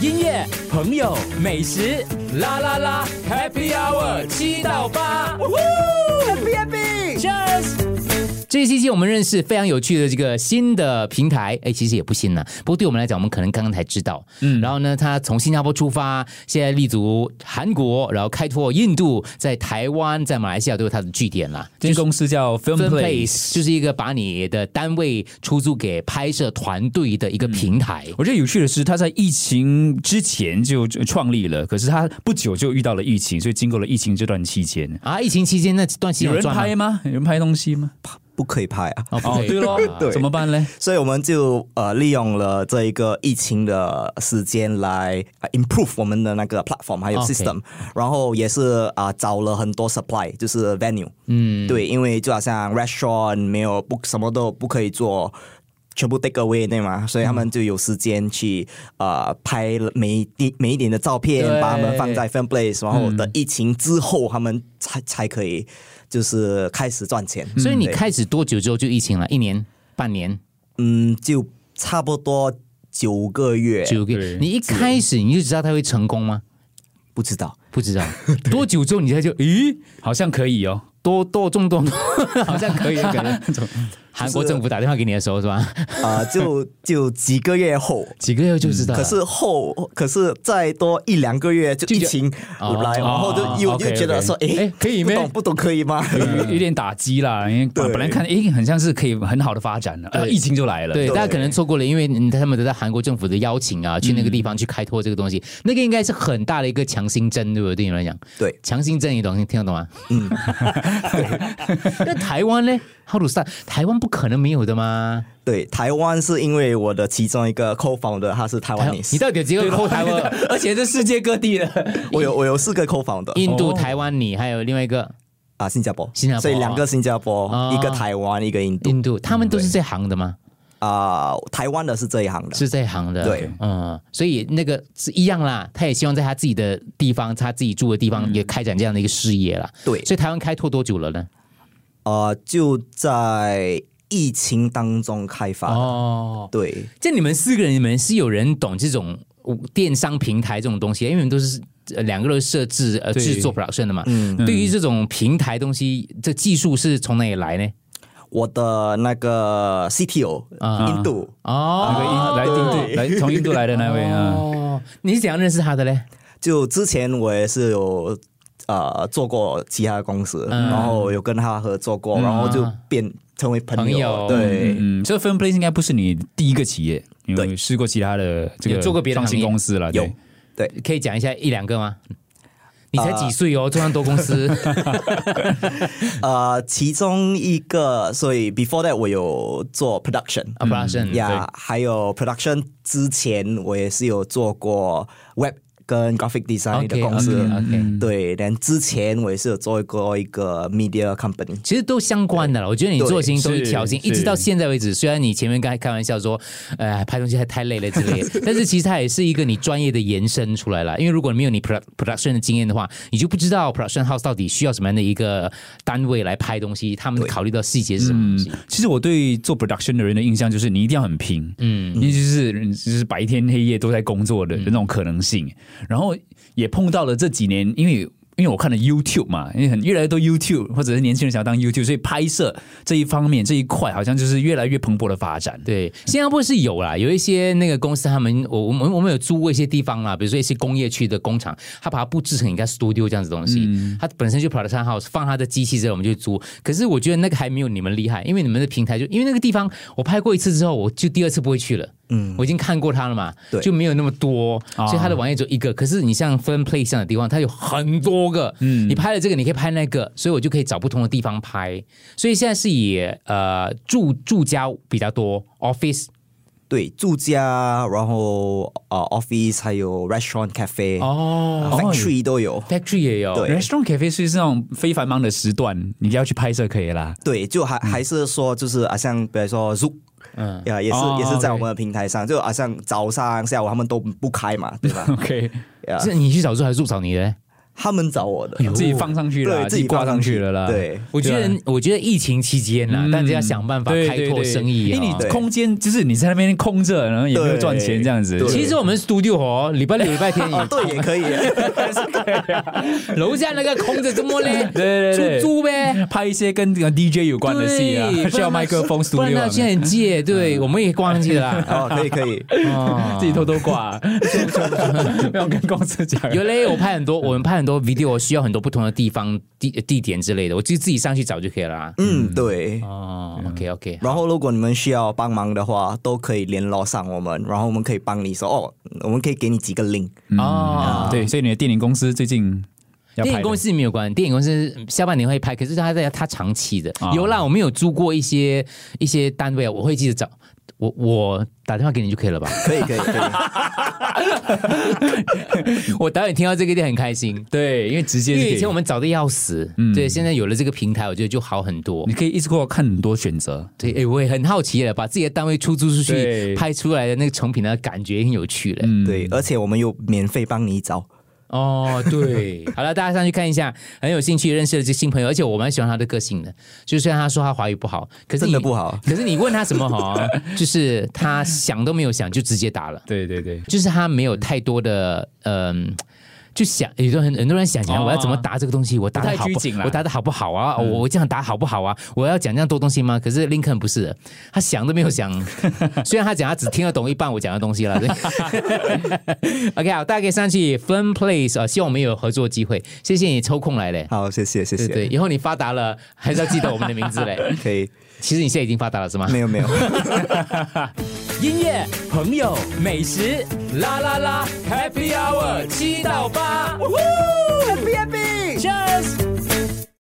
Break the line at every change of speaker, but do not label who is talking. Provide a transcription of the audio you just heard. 音乐、朋友、美食，啦啦啦，Happy Hour 七到八，Happy Happy，Cheers。这一期我们认识非常有趣的这个新的平台，哎，其实也不新了，不过对我们来讲，我们可能刚刚才知道。嗯，然后呢，他从新加坡出发，现在立足韩国，然后开拓印度，在台湾、在马来西亚都有他的据点啦。
这间公司叫 Film
Film
Place。
Place 就是一个把你的单位出租给拍摄团队的一个平台。
我觉得有趣的是，它在疫情之前就创立了，可是它不久就遇到了疫情，所以经过了疫情这段期间，
啊，疫情期间那段期间
有人
赚吗
拍吗？有人拍东西吗？
不可以拍啊，
哦，不
哦
可，以
对咯，
对
怎么办呢？
所以我们就呃利用了这一个疫情的时间来呃 improve 我们的那个 platform 还有
OK
system，、然后也是啊、呃找了很多 supply，就是 venue，嗯，对，因为就好像 restaurant 没有不什么都不可以做。全部 take away 对吗？所以他们就有时间去呃拍了每一点每一点的照片
对，嗯
把它们放在 fan place，然后等疫情之后，他们才才可以就是开始赚钱。
所以你
对
开始多久之后就疫情了？一年、半年、
嗯，就差不多九个月，
九个
对
月？你一开始你就知道它会成功吗？
不知道。
不 知道，多久之后你才就咦，
好像可以哦，
多多 中多，好像可以。
以， 可能
韩国政府打电话给你的时候是吧？
啊，就就几个月后。
几个月就知道了。
可是后，可是再多一两个月就疫情
哦
来，然后就
哦
又
OK，
又觉得说，
OK
诶
诶，可以咩
不懂不懂可以吗？
有有点打击啦，因为
对
本来看诶，很像是可以很好的发展了，呃疫情就来了，
对，
对
大家可能错过了，因为嗯他们都在韩国政府的邀请啊，去那个地方去开拓这个东西，那个应该是很大的一个强心针，对不对？对你们来讲，
对，
强心针，你懂听得懂吗？嗯。 那台湾呢？How to start？台湾不可能没有的吗？
对，台湾是因为我的其中一个 co-founder 他是台
台
湾
你到底有几个后台 湾？哦
而且是世界各地的，
我有我有四个 co-founder
印度、
哦
台湾，你还有另外一个
啊，新加坡，
新加坡
所以两个新加坡，
哦
一个台湾，一个印度
印度，他们都是这行的吗？
啊、台湾的是这一行的，
是这行的，
对，
嗯，所以那个是一样啦，他也希望在他自己的地方，他自己住的地方也开展这样的一个事业啦。
对
所以台湾开拓多久了呢？
啊，就在疫情当中开发的，
哦，
对，
这你们四个人，你们是有人懂这种电商平台这种东西，因为你们都是呃两个都是设置呃
对
制作 production 的嘛。
嗯
对于这种平台东西，这技术是从哪里来呢？
我的那个 CTO，、
啊
印度，
那个
哦，
印来印度来从印度来的那位啊，
哦，你是怎样认识他的嘞？
就之前我也是有呃做过其他公司，
嗯
然后有跟他合作过，然后就变成为朋
朋
友
友，
对。
嗯，这 Film Place 应该不是你第一个企业，你有
对
试过其他的这
有
个
做过别的
创
行业
新公司了，对
有
可以讲一下一两个吗？你才几岁哦，做上多公司
呃，其中一个，所以 before that 我有做 production，
啊，production
呀、还有 production 之前我也是有做过 web 跟 graphic design 的
OK
公司嗯
OK OK，
对，但之前我也是有做过一个 media company，
其实都相关的了。我觉得你做的事情都一
是
条心，
是
一直到现在为止，虽然你前面刚才开玩笑说，呃，拍东西还太累了之类的， 但是其实它也是一个你专业的延伸出来了。因为如果没有你 produ- production 的经验的话，你就不知道 production house 到底需要什么样的一个单位来拍东西，他们考虑到细节是什么东西。
其实我对做 production 的人的印象就是你一定要很拼，嗯，因为就是就是白天黑夜都在工作
嗯
的那种可能性。然后也碰到了这几年，因为因为我看了 YouTube 嘛，因为很越来越多 YouTube 或者是年轻人想要当 YouTube，所以拍摄这一方面这一块好像就是越来越蓬勃的发展。
对，新加坡是有啦，有一些那个公司，他们我我们我们有租过一些地方啦，比如说一些工业区的工厂，他把它布置成一个 studio 这样子的东西，他本身就 production house 放他的机器之后，我们就租。可是我觉得那个还没有你们厉害，因为你们的平台就因为那个地方我拍过一次之后，我就第二次不会去了。嗯，我已经看过它了嘛，
对
就没有那么多，
啊
所以它的网页只有一个。可是你像 Fun Play 这样的地方，它有很多个，嗯，你拍了这个，你可以拍那个，所以我就可以找不同的地方拍。所以现在是以呃住住家比较多，office
对，住家，然后呃，office 还有 restaurant cafe
哦
呃 factory 都有。
，factory 也有，
对
Restaurant cafe 是那种非繁忙的时段，你要去拍摄可以啦。
对，就还还是说就是啊，像比如说 Zoom。嗯，呀，也是
哦
也是在
OK
我们的平台上，就好像早上、下午他们都不开嘛，对吧
？OK，
呀
是你去找住还是住找你的？
他们找我的，
自己放上去了啦，
对自己
挂
放
上
上
去
去
了啦。
对
我觉
对啊嗯
得，我觉得疫情期间啦，大家要想办法
对
开拓生
对
意
对
啊。
因为你
对
空间就是你在那边空着，然后也没有
对
赚钱这样子。
对
其实我们 studio 哦，礼拜六、礼 拜天
哦，
也
对，也可以，
楼下那个空着，怎么嘞？
对对对
出租呗。
拍一些跟 DJ 有关的戏啊
对，
需要麦克风
不然
studio，
他
啊嗯
现在借，对我们也挂上去 了啦。
哦，可以 可以，
哦
自己偷偷挂， 不要跟公司讲。
有嘞，我拍很多，
嗯
我们拍很多 video 需要很多不同的地方、地地点之类的，我就自己上去找就可以了啦。
嗯，对。
哦，OK
嗯
OK，
然后，如果你们需要帮忙的话，都可以联络上我们，然后我们可以帮你说哦，我们可以给你几个 link。
哦，
对，所以你的电影公司最近嗯要
电
拍
影
的
公司没有关，电影公司下半年会拍，可是他在他长期的、
啊
有啦，我们有租过一些一些单位，我会记得找我我打电话给你就可以 了吧？
可以可以可 以，
我导演听到这个一定很开心，
对，因为直接
因
就可
为以前我
们
们找的要死，
嗯
对，现在有了这个平台，我觉得就好很多
你。可以一直给我看很多选择，
对，哎，我也很好奇了，把自己的单位出租出去
对
拍出来的那个成品的感觉很有趣嘞。
嗯
对，而且我们有免费帮你找。
哦， 对，好了，大家上去看一下，很有兴趣认识了这新朋友，而且我蛮喜欢他的个性的。就虽然他说他华语不好，可是你
真的不好
可是你问他什么哈，就是他想都没有想就直接打了，
对对对，
就是他没有太多的嗯。就想，有的很很多人想想，
哦
我要怎么答这个东西？我答的好
不太拘
不
谨啦嗯
我答的好不好啊？我我这样答好不好啊？我要讲这样多东西吗？可是林肯不是的，他想都没 有想。虽然他讲他只听得懂一半我讲的东西了。对 OK，好，大家可以上去 Fun Place 啊、呃希望我们有合作机会。谢谢你抽空来嘞，
好，谢谢谢
对
谢，
对，以后你发达了还是要记得我们的名字嘞。
可以，
其实你现在已经发达了 是吗？
没有 没有。
音乐、朋友、美食，啦啦啦，Happy Hour 七到八，Happy Happy。